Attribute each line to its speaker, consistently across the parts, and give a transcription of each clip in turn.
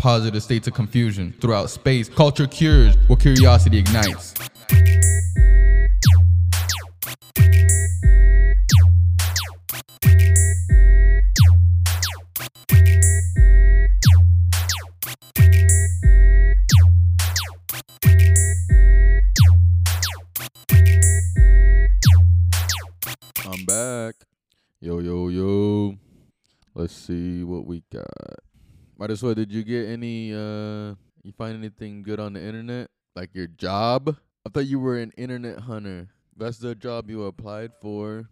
Speaker 1: positive states of confusion throughout space. Culture cures where curiosity ignites.
Speaker 2: I'm back. Yo, yo, yo. Let's see what we got. Might as well. Did you get any? uh You find anything good on the internet? Like your job? I thought you were an internet hunter. That's the job you applied for.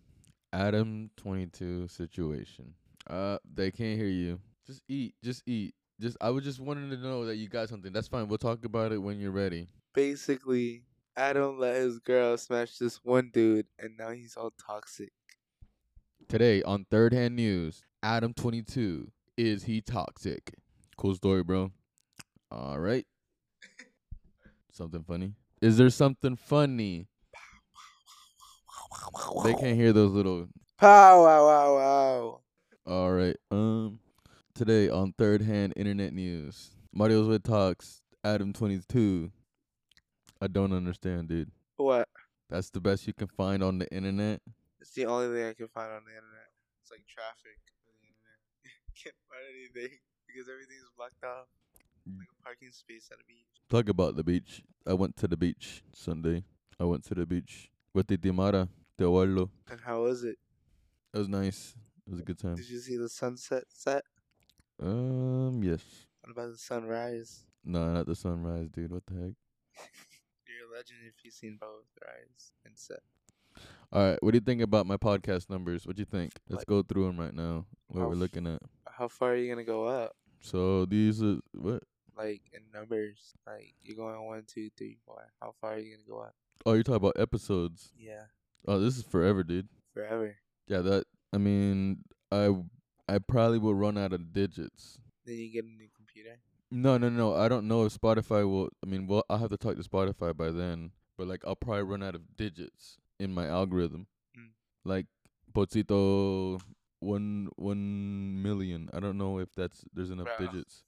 Speaker 2: Adam 22 situation. Uh, they can't hear you. Just eat. Just eat. Just I was just wanting to know that you got something. That's fine. We'll talk about it when you're ready.
Speaker 3: Basically, Adam let his girl smash this one dude, and now he's all toxic.
Speaker 2: Today on Third Hand News, Adam 22. Is he toxic? Cool story, bro. All right. Something funny? Is there something funny? They can't hear those little.
Speaker 3: Pow! Wow! Wow! Wow!
Speaker 2: All right. Um, today on Third Hand Internet News, Mario's with talks. Adam 22. I don't understand, dude.
Speaker 3: What?
Speaker 2: That's the best you can find on the internet.
Speaker 3: It's the only thing I can find on the internet. It's like traffic on the internet. Can't find anything because everything's blocked off. Like a parking space at a beach.
Speaker 2: Talk about the beach. I went to the beach Sunday. I went to the beach with the Dimara, the Abuelo.
Speaker 3: And how was it?
Speaker 2: It was nice. It was a good time.
Speaker 3: Did you see the sunset set?
Speaker 2: Um, yes.
Speaker 3: What about the sunrise?
Speaker 2: No, not the sunrise, dude. What the heck?
Speaker 3: You're a legend if you've seen both rise and set.
Speaker 2: All right, what do you think about my podcast numbers? What do you think? Let's
Speaker 3: Like-
Speaker 2: go through them right now. What
Speaker 3: How
Speaker 2: we're
Speaker 3: f-
Speaker 2: looking at.
Speaker 3: How far are you gonna go up?
Speaker 2: So these are what?
Speaker 3: Like in numbers, like you're going one, two, three, four. How far are you gonna go up?
Speaker 2: Oh, you're talking about episodes.
Speaker 3: Yeah,
Speaker 2: Oh, this is forever, dude.
Speaker 3: forever.
Speaker 2: Yeah, that. I mean, I I probably will run out of digits.
Speaker 3: Then you get a new computer.
Speaker 2: No, no, no. I don't know if Spotify will. I mean, well, I'll have to talk to Spotify by then. But like, I'll probably run out of digits in my algorithm.
Speaker 3: Mm.
Speaker 2: Like, Potsito one one million. I don't know if that's there's enough
Speaker 3: Bruh.
Speaker 2: digits.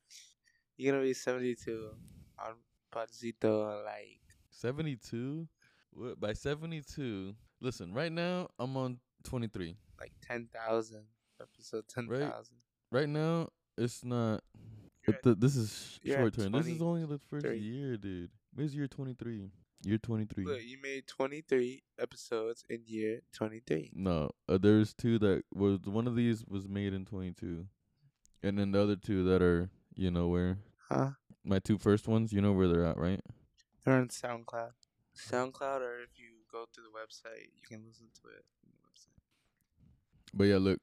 Speaker 3: You're gonna be 72 on Podzito, like
Speaker 2: Seventy two. What by seventy two? Listen, right now I'm on twenty three.
Speaker 3: like 10,000 episode 10,000.
Speaker 2: Right now it's not.
Speaker 3: You're
Speaker 2: it- th- this is
Speaker 3: you're at
Speaker 2: short term. This is
Speaker 3: 20,
Speaker 2: only the first
Speaker 3: 30.
Speaker 2: year, dude. Where's year twenty three? Year twenty three.
Speaker 3: Look, you made 23 episodes in year 23.
Speaker 2: No, uh, there's two that was one of these was made in 22, and then the other two that are you know where
Speaker 3: Huh?
Speaker 2: my two first ones, you know where they're at, right?
Speaker 3: They're on SoundCloud. SoundCloud, or if you go to the website, you can listen to it. on the website.
Speaker 2: But yeah, look,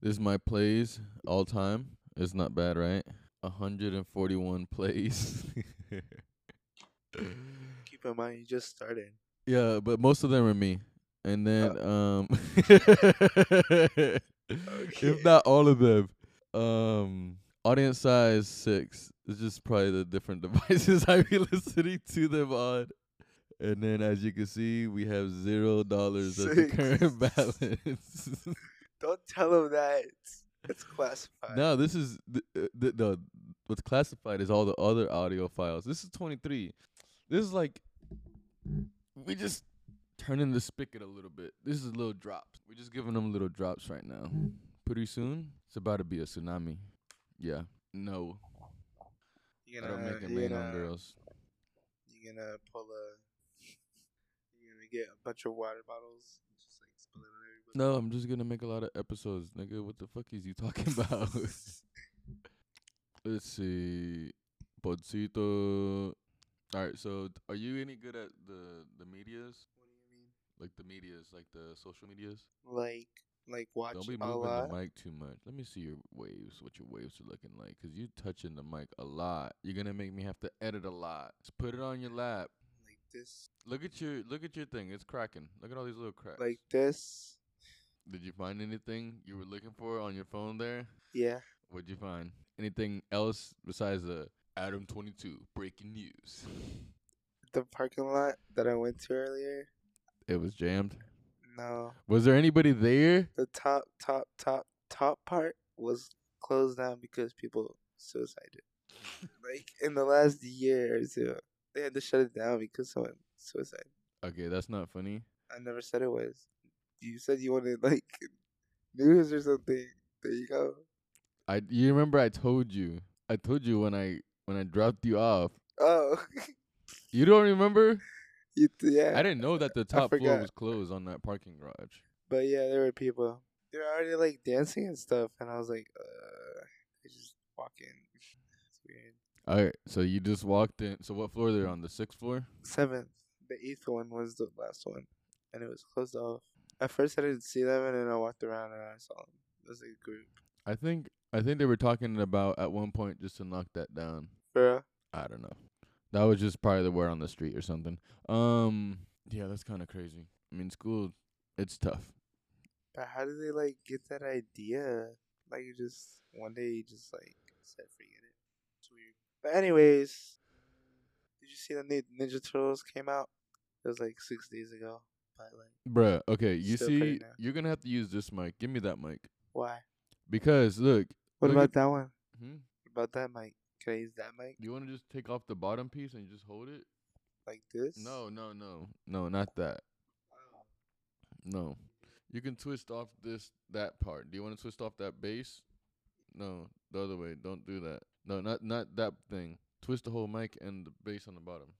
Speaker 2: this is my plays all time. It's not bad, right? 141 plays.
Speaker 3: Keep in mind, you just started.
Speaker 2: yeah, but most of them are me, and
Speaker 3: Uh
Speaker 2: then um, if
Speaker 3: Okay.
Speaker 2: not all of them, um. Audience size six. It's just probably the different devices I be listening to them on. And then as you can see, we have zero dollars as the
Speaker 3: Six.
Speaker 2: current balance.
Speaker 3: Don't tell them that. It's, it's classified.
Speaker 2: no, this is the, uh, the, the what's classified is all the other audio files. This is twenty three. This is like we just turning the spigot a little bit. This is little drops. We're just giving them little drops right now. Pretty soon, it's about to be a tsunami. Yeah. No,
Speaker 3: You're
Speaker 2: I
Speaker 3: gonna,
Speaker 2: don't make it
Speaker 3: you're
Speaker 2: main on
Speaker 3: gonna-
Speaker 2: girls.
Speaker 3: You're gonna pull a. You're gonna get a bunch of water bottles and just like spill it on everybody.
Speaker 2: No, I'm just gonna make a lot of episodes, nigga. What the fuck is you talking about? Let's see, Podzito. All right, so d- are you any good at the the medias,
Speaker 3: What do you mean?
Speaker 2: like the medias, like the social medias?
Speaker 3: Like, like watch
Speaker 2: Don't be
Speaker 3: a
Speaker 2: moving
Speaker 3: lot.
Speaker 2: the mic too much. Let me see your waves, what your waves are looking like, cause you touching the mic a lot. You're gonna make me have to edit a lot. Just put it on your lap.
Speaker 3: Like this.
Speaker 2: Look at your look at your thing. It's cracking. Look at all these little cracks.
Speaker 3: Like this.
Speaker 2: Did you find anything you were looking for on your phone there?
Speaker 3: Yeah.
Speaker 2: What'd you find? Anything else besides the Adam 22 breaking news?
Speaker 3: The parking lot that I went to earlier.
Speaker 2: It was jammed.
Speaker 3: No.
Speaker 2: Was there anybody there?
Speaker 3: The top, top, top, top part was closed down because people suicided. like in the last year or two, they had to shut it down because someone suicide.
Speaker 2: Okay, that's not funny.
Speaker 3: I never said it was. You said you wanted like news or something. There you go.
Speaker 2: I you remember I told you. I told you when I when I dropped you off.
Speaker 3: Oh,
Speaker 2: You don't remember?
Speaker 3: you th- yeah.
Speaker 2: I didn't know that the top floor
Speaker 3: forgot.
Speaker 2: was closed on that parking garage.
Speaker 3: But yeah, there were people. They were already like dancing and stuff, and I was like, uh, I just walk in. It's weird.
Speaker 2: All right, so you just walked in. So what floor they're on? The sixth floor.
Speaker 3: Seventh, the eighth one was the last one, and it was closed off. At first, I didn't see them, and then I walked around and I saw them. It was like a group.
Speaker 2: I think I think they were talking about at one point just to knock that down.
Speaker 3: Bruh.
Speaker 2: I don't know. That was just probably the word on the street or something. Um, yeah, that's kind of crazy. I mean, school, it's tough.
Speaker 3: But how did they like get that idea? Like you just one day you just like said forget it. It's weird. But anyways, did you see the new Ninja Turtles came out? It was like six days ago. But like,
Speaker 2: Bruh, okay, you
Speaker 3: Still pretty
Speaker 2: see,
Speaker 3: now.
Speaker 2: you're gonna have to use this mic. Give me that mic
Speaker 3: why?
Speaker 2: because look,
Speaker 3: What
Speaker 2: Look
Speaker 3: about
Speaker 2: at-
Speaker 3: that one?
Speaker 2: hmm?
Speaker 3: What about that mic? Can I use that mic
Speaker 2: you want to just take off the bottom piece and just hold it?
Speaker 3: like this?
Speaker 2: No, no, no, no, not that. No, you can twist off this that part. Do you want to twist off that base? No, the other way. Don't do that. No, not not that thing. Twist the whole mic and the base on the bottom.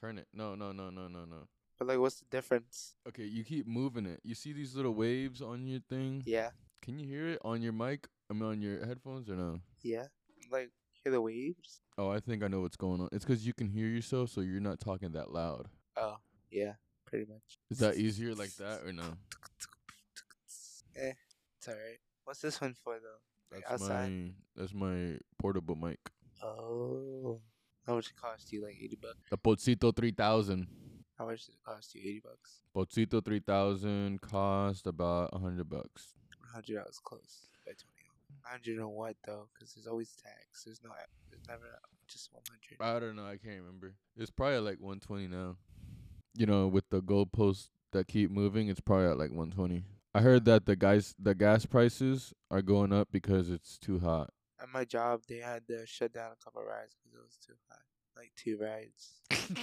Speaker 2: Turn it. No, no, no, no, no, no.
Speaker 3: But like, what's the difference?
Speaker 2: Okay, you keep moving it. You see these little waves on your thing?
Speaker 3: Yeah,
Speaker 2: Can you hear it on your mic? I mean, on your headphones or no?
Speaker 3: yeah. Like, hear the waves?
Speaker 2: Oh, I think I know what's going on. It's 'cause you can hear yourself, so you're not talking that loud.
Speaker 3: Oh, yeah, pretty much.
Speaker 2: Is that easier like that or no?
Speaker 3: Eh, it's alright. What's this one for though? Like,
Speaker 2: That's
Speaker 3: outside?
Speaker 2: my that's my portable mic.
Speaker 3: Oh, how much it cost you? Like eighty bucks.
Speaker 2: The Pocito 3000.
Speaker 3: How much did it cost you? Eighty bucks.
Speaker 2: Pocito 3000 cost about a 100 bucks.
Speaker 3: Hundred dollars close by twenty. Hundred on what though? Because there's always tax. There's no. There's never just one hundred.
Speaker 2: I don't know, I can't remember. It's probably like 120 now. You know, with the goalposts that keep moving, it's probably at like 120. I heard that the guys the gas prices are going up because it's too hot.
Speaker 3: At my job, they had to shut down a couple rides because it was too high. Like two rides.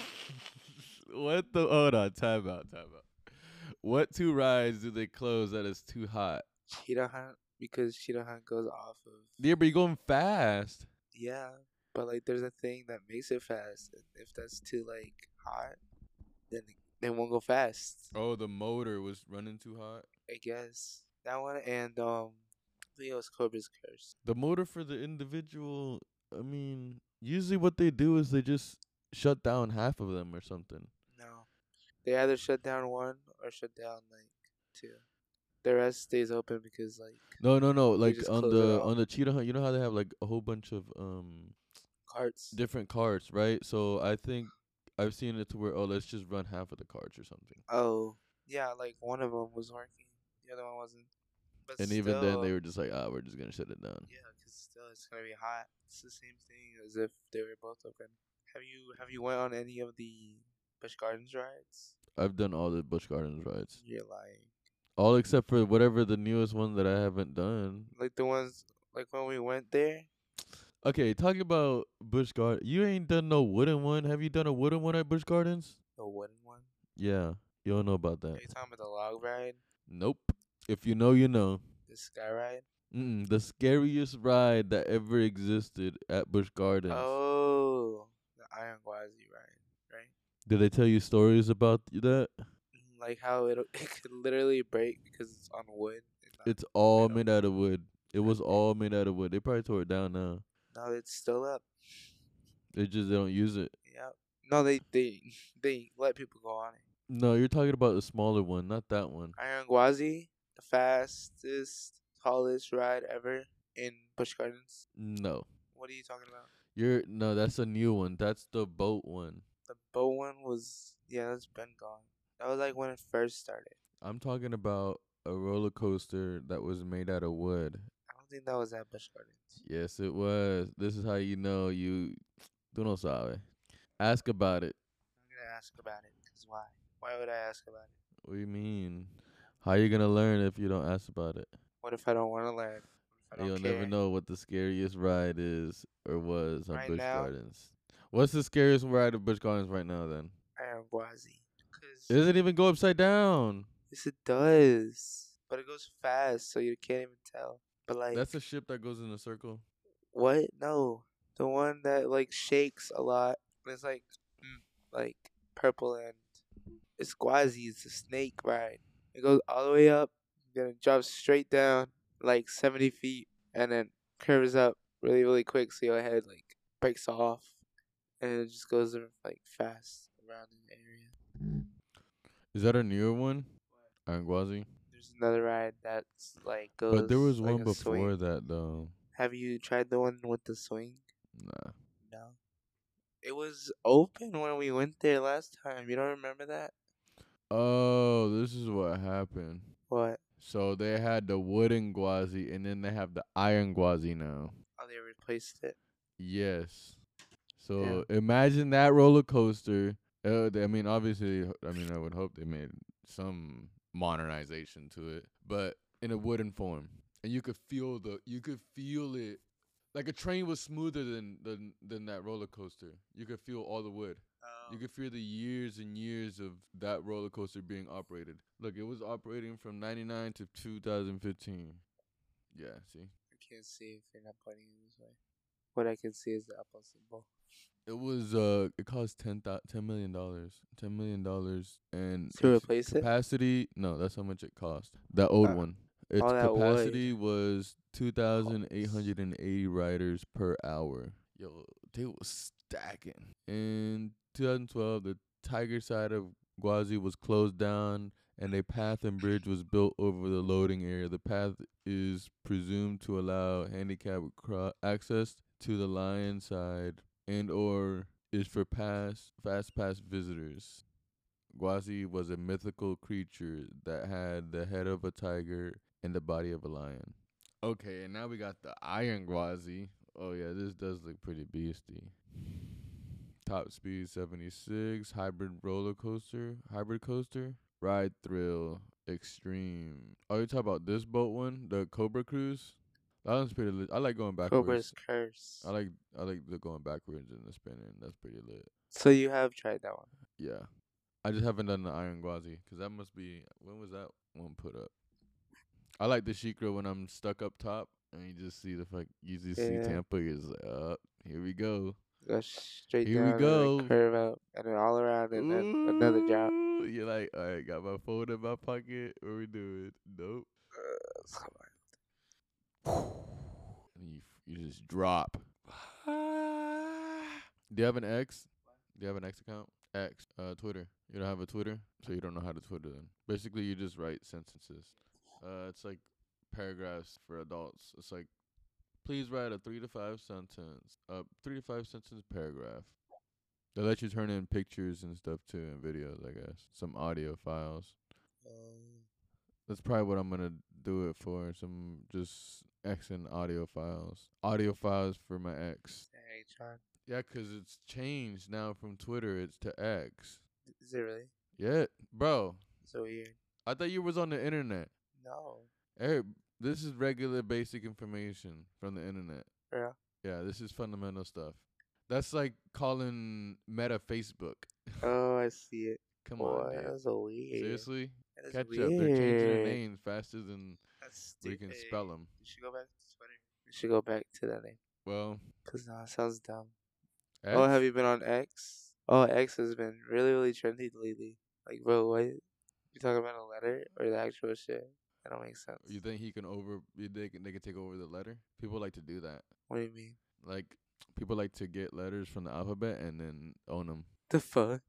Speaker 2: what the hold on, time out, time out. What two rides do they close that is too hot?
Speaker 3: Cheetah Hunt because Cheetah Hunt goes off of
Speaker 2: Yeah, but you're going fast.
Speaker 3: yeah, but like there's a thing that makes it fast. and If that's too like hot, then they won't go fast.
Speaker 2: Oh, the motor was running too hot.
Speaker 3: I guess that one and um, Leo's Cobra's Curse.
Speaker 2: The motor for the individual, I mean, usually what they do is they just shut down half of them or something.
Speaker 3: No, they either shut down one or shut down like two. The rest stays open because like
Speaker 2: No, no, no. Like
Speaker 3: just
Speaker 2: on
Speaker 3: close it
Speaker 2: the
Speaker 3: off.
Speaker 2: on the cheetah hunt, you know how they have like a whole bunch of um
Speaker 3: carts.
Speaker 2: different carts, right? So I think I've seen it to where oh, let's just run half of the carts or something.
Speaker 3: oh yeah, like one of them was working, the other one wasn't. But
Speaker 2: And even then, they
Speaker 3: still-
Speaker 2: were just like, ah, we're just gonna shut it down.
Speaker 3: Yeah, 'cause still it's gonna be hot. It's the same thing as if they were both open. Have you have you went on any of the Busch Gardens rides?
Speaker 2: I've done all the Busch Gardens rides,
Speaker 3: You're lying.
Speaker 2: all except for whatever the newest one that I haven't done.
Speaker 3: Like the ones like when we went there.
Speaker 2: Okay, talk about Busch Garden. You ain't done no wooden one. Have you done a wooden one at Busch Gardens?
Speaker 3: The wooden one.
Speaker 2: Yeah, you don't know about that.
Speaker 3: Are you talking about the log ride,
Speaker 2: Nope. If you know, you know.
Speaker 3: the sky ride?
Speaker 2: Mm-mm, the scariest ride that ever existed at Busch Gardens.
Speaker 3: Oh, the Iron Gwazi ride, right?
Speaker 2: Did they tell you stories about that?
Speaker 3: Mhm, Like how it it could literally break because it's on wood. and not-
Speaker 2: It's all
Speaker 3: Right on.
Speaker 2: made out of wood. It was all made out of wood. They probably tore it down now.
Speaker 3: no, it's still up.
Speaker 2: They just they don't use it.
Speaker 3: Yeah. No, they they they let people go on it.
Speaker 2: No, you're talking about the smaller one, not that one.
Speaker 3: Iron Gwazi, the fastest, tallest ride ever in Busch Gardens.
Speaker 2: No.
Speaker 3: What are you talking about?
Speaker 2: You're no, that's a new one. That's the boat one.
Speaker 3: The bow one was yeah, that's been gone. That was like when it first started.
Speaker 2: I'm talking about a roller coaster that was made out of wood.
Speaker 3: I don't think that was at Busch Gardens.
Speaker 2: Yes, it was. This is how you know you do no sabe. Ask about it.
Speaker 3: I'm gonna ask about it because why? Why would I ask about it?
Speaker 2: What do you mean? How you gonna learn if you don't ask about it?
Speaker 3: What if I don't want to learn? What I don't
Speaker 2: You'll
Speaker 3: care.
Speaker 2: never know what the scariest ride is or was on
Speaker 3: Right
Speaker 2: Busch
Speaker 3: now?
Speaker 2: Gardens. What's the scariest ride at Busch Gardens right now? Then
Speaker 3: Araguazi.
Speaker 2: it
Speaker 3: Because
Speaker 2: doesn't even go upside down.
Speaker 3: yes, it does, but it goes fast, so you can't even tell. But like
Speaker 2: That's a ship that goes in a circle.
Speaker 3: what? No, the one that like shakes a lot. It's like mm, like purple and it's squazzy. It's a snake ride. It goes all the way up, then it drops straight down like seventy feet, and then curves up really really quick. So your head like breaks off, and it just goes like fast around an area.
Speaker 2: Is that a newer one? Anguazi.
Speaker 3: There's another ride that's like goes.
Speaker 2: But there was
Speaker 3: like
Speaker 2: one
Speaker 3: a
Speaker 2: before
Speaker 3: swing.
Speaker 2: that though.
Speaker 3: Have you tried the one with the swing?
Speaker 2: Nah.
Speaker 3: No. It was open when we went there last time. You don't remember that?
Speaker 2: Oh, this is what happened.
Speaker 3: What?
Speaker 2: So they had the wooden guazi and then they have the iron guazi now.
Speaker 3: Oh, they replaced it.
Speaker 2: Yes. So imagine that roller coaster. Uh, th- I mean, obviously, I mean, I would hope they made some modernization to it, but in a wooden form, and you could feel the, you could feel it, like a train was smoother than than than that roller coaster. You could feel all the wood.
Speaker 3: Um,
Speaker 2: You could feel the years and years of that roller coaster being operated. Look, it was operating from '99 to 2015. Yeah, see,
Speaker 3: I can't see if you're not pointing it this way. What I can see is the apple symbol.
Speaker 2: It was uh, it cost ten thou- ten million dollars, ten million dollars, and
Speaker 3: To
Speaker 2: its
Speaker 3: replace it?
Speaker 2: capacity. No, that's how much it cost. That old
Speaker 3: Uh,
Speaker 2: one. Its
Speaker 3: all that wood.
Speaker 2: capacity was two thousand eight hundred and eighty riders per hour. Yo, they was stacking. In 2012, the Tiger side of Guazi was closed down, and a path and bridge was built over the loading area. The path is presumed to allow handicapped cro- access to the lion side and or is for pass fast pass visitors. Guazi was a mythical creature that had the head of a tiger and the body of a lion. Okay, and now we got the iron Guazi. Oh yeah, this does look pretty beasty. Top speed 76, hybrid roller coaster, hybrid coaster, ride thrill, extreme. Oh, you talking about this boat one, the Cobra Cruise? That one's pretty. Lit. I like going backwards.
Speaker 3: Cobra's curse.
Speaker 2: I like I like the going backwards and the spinning. That's pretty lit.
Speaker 3: so you have tried that one.
Speaker 2: Yeah, I just haven't done the iron guazi because that must be when was that one put up? I like the Shikra when I'm stuck up top and you just see the fuck you just
Speaker 3: Yeah.
Speaker 2: see Tampa. You're just like, oh, here we go.
Speaker 3: Go straight
Speaker 2: Here we
Speaker 3: down and
Speaker 2: go.
Speaker 3: then curve out and then all around and then another drop.
Speaker 2: Ooh, You're like, all right, got my phone in my pocket. What we doing? Nope. And you you just drop. Do you have an X? Do you have an X account? X, uh, Twitter. You don't have a Twitter, so you don't know how to Twitter. Then basically, you just write sentences. Uh, it's like paragraphs for adults. It's like, please write a three to five sentence, uh, three to five sentence paragraph. They let you turn in pictures and stuff too, and videos, I guess, some audio files.
Speaker 3: Um,
Speaker 2: That's probably what I'm gonna do it for. Some just X and audio files. Audio files for my ex.
Speaker 3: hey, John.
Speaker 2: Yeah, 'cause it's changed now from Twitter. It's to X.
Speaker 3: Is it really?
Speaker 2: Yeah, bro.
Speaker 3: So weird.
Speaker 2: I thought you was on the internet.
Speaker 3: No.
Speaker 2: Eric, this is regular basic information from the internet.
Speaker 3: Yeah.
Speaker 2: Yeah, this is fundamental stuff. That's like calling Meta Facebook.
Speaker 3: Oh, I see it.
Speaker 2: Come
Speaker 3: Boy,
Speaker 2: on, dude.
Speaker 3: that's so weird.
Speaker 2: Seriously,
Speaker 3: That is
Speaker 2: catch
Speaker 3: weird.
Speaker 2: up. They're changing their names faster than
Speaker 3: That's
Speaker 2: we can
Speaker 3: stupid.
Speaker 2: spell 'em.
Speaker 3: We should go back to Twitter. We should go back to that name.
Speaker 2: Well,
Speaker 3: Because now it sounds dumb. Oh, have
Speaker 2: X?
Speaker 3: you been on X? Oh, X has been really, really trendy lately. Like, bro, what? You talking about a letter or the actual shit? That don't make sense.
Speaker 2: You think he can over? You think they can take over the letter? People like to do that.
Speaker 3: what do you mean?
Speaker 2: Like people like to get letters from the alphabet and then own 'em.
Speaker 3: The fuck?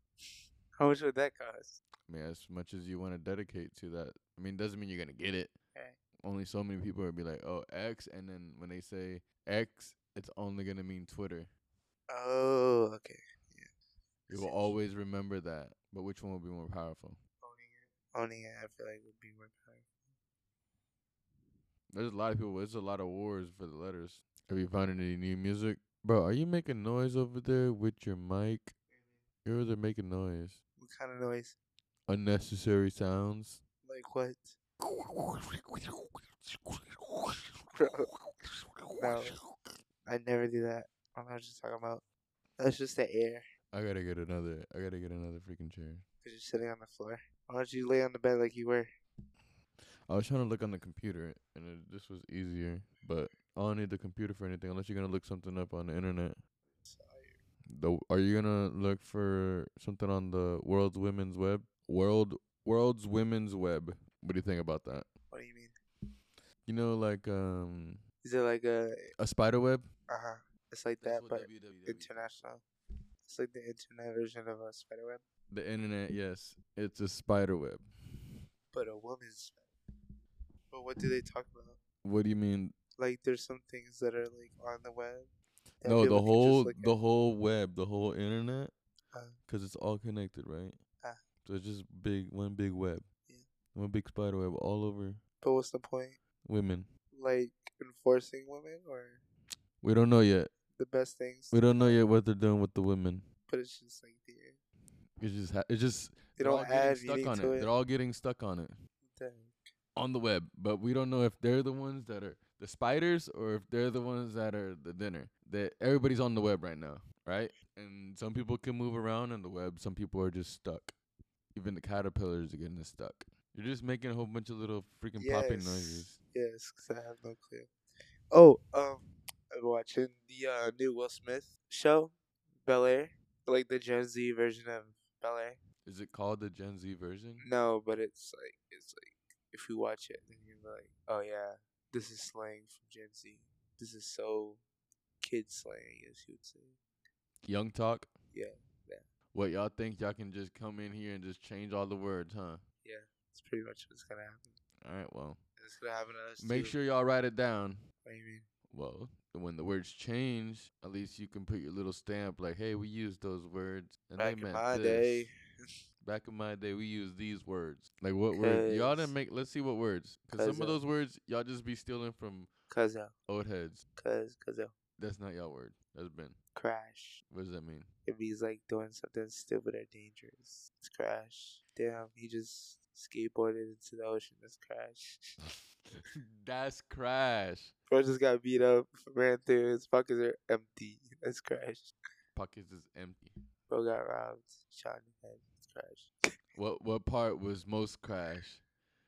Speaker 3: How much would that cost?
Speaker 2: I mean, as much as you want to dedicate to that, I mean, doesn't mean you're gonna get it.
Speaker 3: Right.
Speaker 2: Only so many people would be like, "Oh, X," and then when they say X, it's only gonna mean Twitter.
Speaker 3: Oh, okay.
Speaker 2: You will
Speaker 3: Yes.
Speaker 2: always remember that. But which one will be more powerful?
Speaker 3: Owning it, I feel like would be more powerful.
Speaker 2: There's a lot of people. There's a lot of wars for the letters. Have you found any new music, bro? Are you making noise over there with your mic? You're over there making noise.
Speaker 3: What kind of noise?
Speaker 2: unnecessary sounds.
Speaker 3: Like what? Bro, No, I never do that. I don't know what you're talking about. That's just the air.
Speaker 2: I gotta get another. I gotta get another freaking chair.
Speaker 3: Cause you're sitting on the floor. Why don't you lay on the bed like you were?
Speaker 2: I was trying to look on the computer, and it, this was easier. But I don't need the computer for anything unless you're gonna look something up on the internet. The are you gonna look for something on the world's women's web? World world's women's web. What do you think about that?
Speaker 3: What do you mean?
Speaker 2: You know, like um,
Speaker 3: Is it like a
Speaker 2: a spider web.
Speaker 3: uh huh? It's like that, but international. It's like the internet version of a spider web,
Speaker 2: the internet. Yes, it's a spider web.
Speaker 3: but a woman's. spider. But what do they talk about?
Speaker 2: What do you mean?
Speaker 3: Like, there's some things that are like on the web. that
Speaker 2: no, the
Speaker 3: people can just
Speaker 2: whole
Speaker 3: look
Speaker 2: the whole web, the whole internet,
Speaker 3: Uh.
Speaker 2: 'cause it's all connected, right?
Speaker 3: Uh.
Speaker 2: So it's just big one big web,
Speaker 3: Yeah.
Speaker 2: one big spider web all over
Speaker 3: at. But what's the point?
Speaker 2: women.
Speaker 3: Like enforcing women or
Speaker 2: We don't know yet.
Speaker 3: the best things,
Speaker 2: We don't know yet what they're doing with the women.
Speaker 3: but it's just like the air.
Speaker 2: It's just ha- it's just
Speaker 3: They
Speaker 2: they're all
Speaker 3: don't
Speaker 2: getting
Speaker 3: add
Speaker 2: stuck
Speaker 3: meaning
Speaker 2: on
Speaker 3: to it.
Speaker 2: They're all getting stuck on it
Speaker 3: Damn.
Speaker 2: on the web, but we don't know if they're the ones that are the spiders or if they're the ones that are the dinner. That everybody's on the web right now, right? And some people can move around on the web. Some people are just stuck. Even the caterpillars are getting stuck. You're just making a whole bunch of little freaking popping noises.
Speaker 3: Yes, because I have no clue. Oh, um, I was watching the uh, new Will Smith show, Bel Air, like the Gen Z version of Bel Air.
Speaker 2: Is it called the Gen Z version?
Speaker 3: No, but it's like it's like if you watch it, then you're like, oh yeah, this is slang from Gen Z. This is so kid slang, I guess you would say.
Speaker 2: Young talk.
Speaker 3: Yeah, yeah.
Speaker 2: What y'all think y'all can just come in here and just change all the words, huh?
Speaker 3: It's pretty much what's gonna happen.
Speaker 2: All right, well,
Speaker 3: And It's gonna happen to us.
Speaker 2: make
Speaker 3: too.
Speaker 2: sure y'all write it down.
Speaker 3: What do you mean?
Speaker 2: Well, when the words change, at least you can put your little stamp like, "Hey, we used those words." And
Speaker 3: Back
Speaker 2: they
Speaker 3: in
Speaker 2: meant
Speaker 3: my
Speaker 2: this.
Speaker 3: day,
Speaker 2: Back in my day, we used these words. Like what words? Y'all
Speaker 3: Cuz-
Speaker 2: didn't make. Let's see what words. Cause some
Speaker 3: Cuz,
Speaker 2: of
Speaker 3: uh,
Speaker 2: those words y'all just be stealing from
Speaker 3: cause of,
Speaker 2: old heads.
Speaker 3: cause, cause of
Speaker 2: That's not y'all word. That's Ben.
Speaker 3: crash.
Speaker 2: What does that mean?
Speaker 3: if he's like doing something stupid or dangerous. It's crash. Damn, he just skateboarded into the ocean. That's crash.
Speaker 2: That's crash.
Speaker 3: Bro just got beat up, ran through. His pockets are empty. That's crash.
Speaker 2: Pockets is empty.
Speaker 3: Bro got robbed, shot in the head. That's crash.
Speaker 2: What what part was most crash?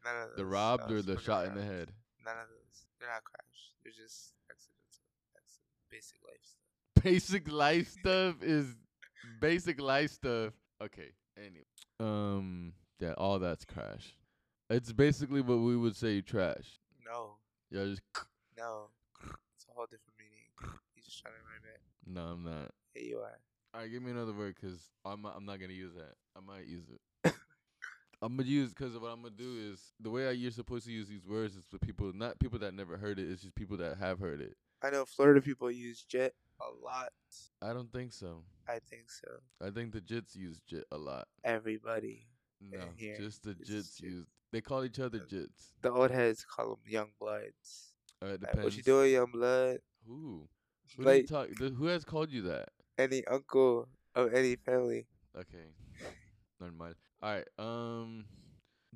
Speaker 3: None of those.
Speaker 2: The robbed or
Speaker 3: Those
Speaker 2: the
Speaker 3: fucking
Speaker 2: shot in the
Speaker 3: robbed.
Speaker 2: head?
Speaker 3: None of those. They're not crash. They're just accidental. That's basic life stuff.
Speaker 2: basic life stuff is basic life stuff. Okay. Anyway. Um. Yeah. All that's crash. It's basically what we would say trash.
Speaker 3: No,
Speaker 2: Y'all just
Speaker 3: no. It's a whole different meaning. You just trying to rhyme it.
Speaker 2: no. I'm not.
Speaker 3: Hey, you are.
Speaker 2: All right. Give me another word, cause I'm I'm not gonna use that. I might use it. I'm gonna use because what I'm gonna do is the way I, you're supposed to use these words is for people not people that never heard it. It's just people that have heard it.
Speaker 3: I know Florida people use jet a lot.
Speaker 2: I don't think so.
Speaker 3: I think so.
Speaker 2: I think the Jits use jit a lot.
Speaker 3: Everybody.
Speaker 2: No,
Speaker 3: here,
Speaker 2: just the
Speaker 3: it's
Speaker 2: Eh, Jits
Speaker 3: just jit.
Speaker 2: use. They call each other Jits.
Speaker 3: the old heads call them young bloods.
Speaker 2: Uh, it
Speaker 3: Like,
Speaker 2: depends.
Speaker 3: what you doing, young blood?
Speaker 2: Who? Who, do you
Speaker 3: Like
Speaker 2: talk, th- who has called you that?
Speaker 3: any uncle of any family.
Speaker 2: Okay. Never mind. All right. Um,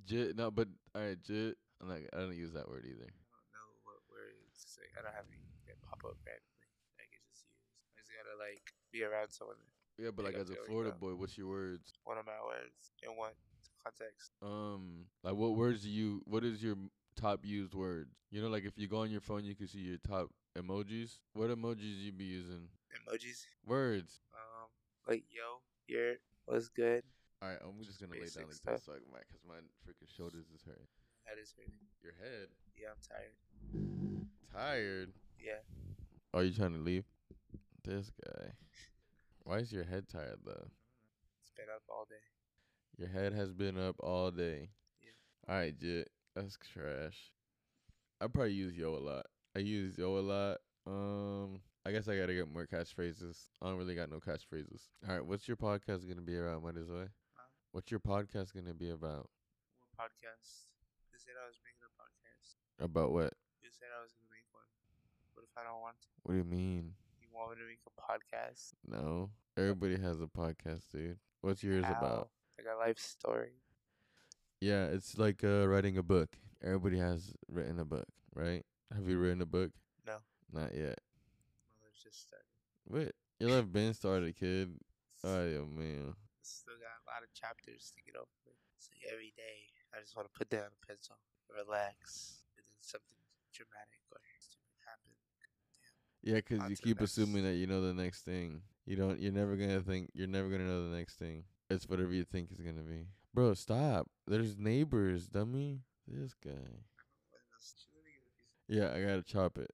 Speaker 2: jit. No, but all right, jit. I'm not. I don't use that word either.
Speaker 3: I don't know what words. Like, I don't have any that pop up randomly. Like it's just used. I just gotta like be around someone.
Speaker 2: Yeah, but
Speaker 3: Yeah,
Speaker 2: like as a
Speaker 3: there we
Speaker 2: Florida
Speaker 3: go.
Speaker 2: boy, what's your words?
Speaker 3: One of my words in one context.
Speaker 2: Um, like what words do you? What is your m- top used word? You know, like if you go on your phone, you can see your top emojis. What emojis you be using?
Speaker 3: Emojis.
Speaker 2: Words.
Speaker 3: Um, like yo, your was good.
Speaker 2: All right, I'm just gonna lay
Speaker 3: Basic
Speaker 2: down like
Speaker 3: stuff.
Speaker 2: this, so I, my, cause my freaking shoulders is hurting.
Speaker 3: That is hurting.
Speaker 2: Your head
Speaker 3: Yeah, I'm tired.
Speaker 2: tired.
Speaker 3: Yeah,
Speaker 2: Are you trying to leave? This guy. Why is your head tired though?
Speaker 3: it's been up all day.
Speaker 2: Your head has been up all day.
Speaker 3: Yeah.
Speaker 2: All right, Jit. That's trash. I probably use yo a lot. I use yo a lot. Um, I guess I gotta get more catchphrases. I don't really got no catchphrases. All right, what's your podcast gonna be about, Might as well?
Speaker 3: Huh?
Speaker 2: What's your podcast gonna be about?
Speaker 3: What podcast? You said I was making a podcast.
Speaker 2: About what?
Speaker 3: You said I was gonna make one. What if I don't want to?
Speaker 2: What do you mean?
Speaker 3: You want me to make a podcast?
Speaker 2: No, everybody has a podcast, dude. What's yours about?
Speaker 3: How? Like a life story.
Speaker 2: Yeah, it's like uh, writing a book. Everybody has written a book, right? Have you written a book?
Speaker 3: No.
Speaker 2: Not yet.
Speaker 3: Well, it just started.
Speaker 2: Wait, your life been started, kid. Oh yeah, man.
Speaker 3: Still got a lot of chapters to get over. It's like every day, I just want to put down a pencil, relax, and then something dramatic or stupid happens.
Speaker 2: Yeah, 'cause
Speaker 3: On
Speaker 2: you
Speaker 3: to the
Speaker 2: keep
Speaker 3: next.
Speaker 2: assuming that you know the next thing. You don't. You're never gonna think. You're never gonna know the next thing. It's whatever you think is gonna be. Bro, stop. There's neighbors, dummy. This guy. Yeah, I gotta chop it.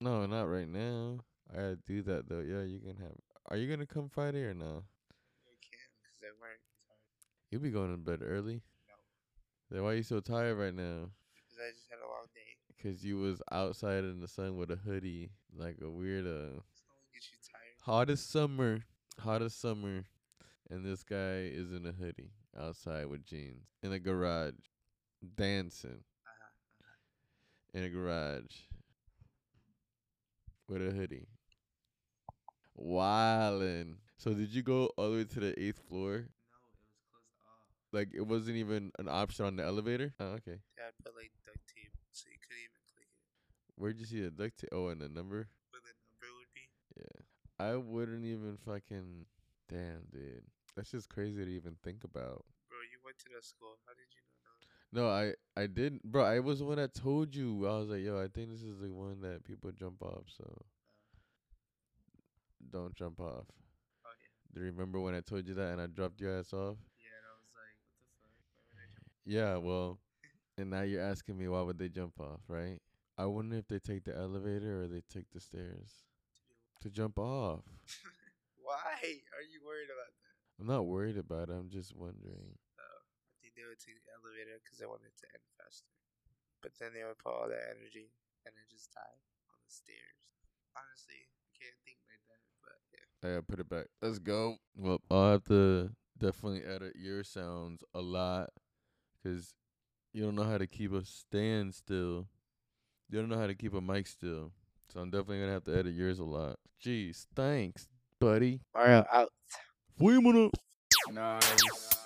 Speaker 2: No, not right now. I gotta do that though. Yeah, you can have. Are you gonna come Friday or no?
Speaker 3: I can because I work
Speaker 2: You'll be going to bed early.
Speaker 3: No.
Speaker 2: Then why you so tired right now?
Speaker 3: because I just had a long day.
Speaker 2: 'Cause you was outside in the sun with a hoodie, like a weirdo.
Speaker 3: It's not gonna get you tired.
Speaker 2: hottest summer, hottest summer, and this guy is in a hoodie outside with jeans in a garage, dancing
Speaker 3: Uh-huh.
Speaker 2: in a garage with a hoodie, wildin'. So did you go all the way to the eighth floor?
Speaker 3: No, it was closed off.
Speaker 2: Like it wasn't even an option on the elevator. Oh, okay.
Speaker 3: They had put like duct tape, so you couldn't even click it.
Speaker 2: Where'd you see the duct tape? Oh, and the number.
Speaker 3: What the number would be?
Speaker 2: Yeah. I wouldn't even fucking. Damn, dude. That's just crazy to even think about.
Speaker 3: Bro, you went to that school. How did you know that?
Speaker 2: No, I I didn't, bro. I was the one that told you. I was like, yo, I think this is the one that people jump off. So don't jump off.
Speaker 3: Oh yeah,
Speaker 2: Do you remember when I told you that and I dropped your ass off?
Speaker 3: yeah. And I was like, what the fuck? Why would I jump?
Speaker 2: Yeah, well, and now you're asking me why would they jump off, right? I wonder if they take the elevator or they take the stairs to jump off.
Speaker 3: Why are you worried about that?
Speaker 2: I'm not worried about it. I'm just wondering.
Speaker 3: I think they would take the elevator because they wanted it to end faster. But then they would put all that energy and it just died on the stairs. Honestly, I can't think like that. But yeah,
Speaker 2: I gotta put it back. Let's go. Well, I'll have to definitely edit your sounds a lot because you don't know how to keep a stand still. You don't know how to keep a mic still. So I'm definitely gonna have to edit yours a lot. Jeez, thanks, buddy.
Speaker 3: Mario out.
Speaker 2: Fui, mano.
Speaker 1: Nice.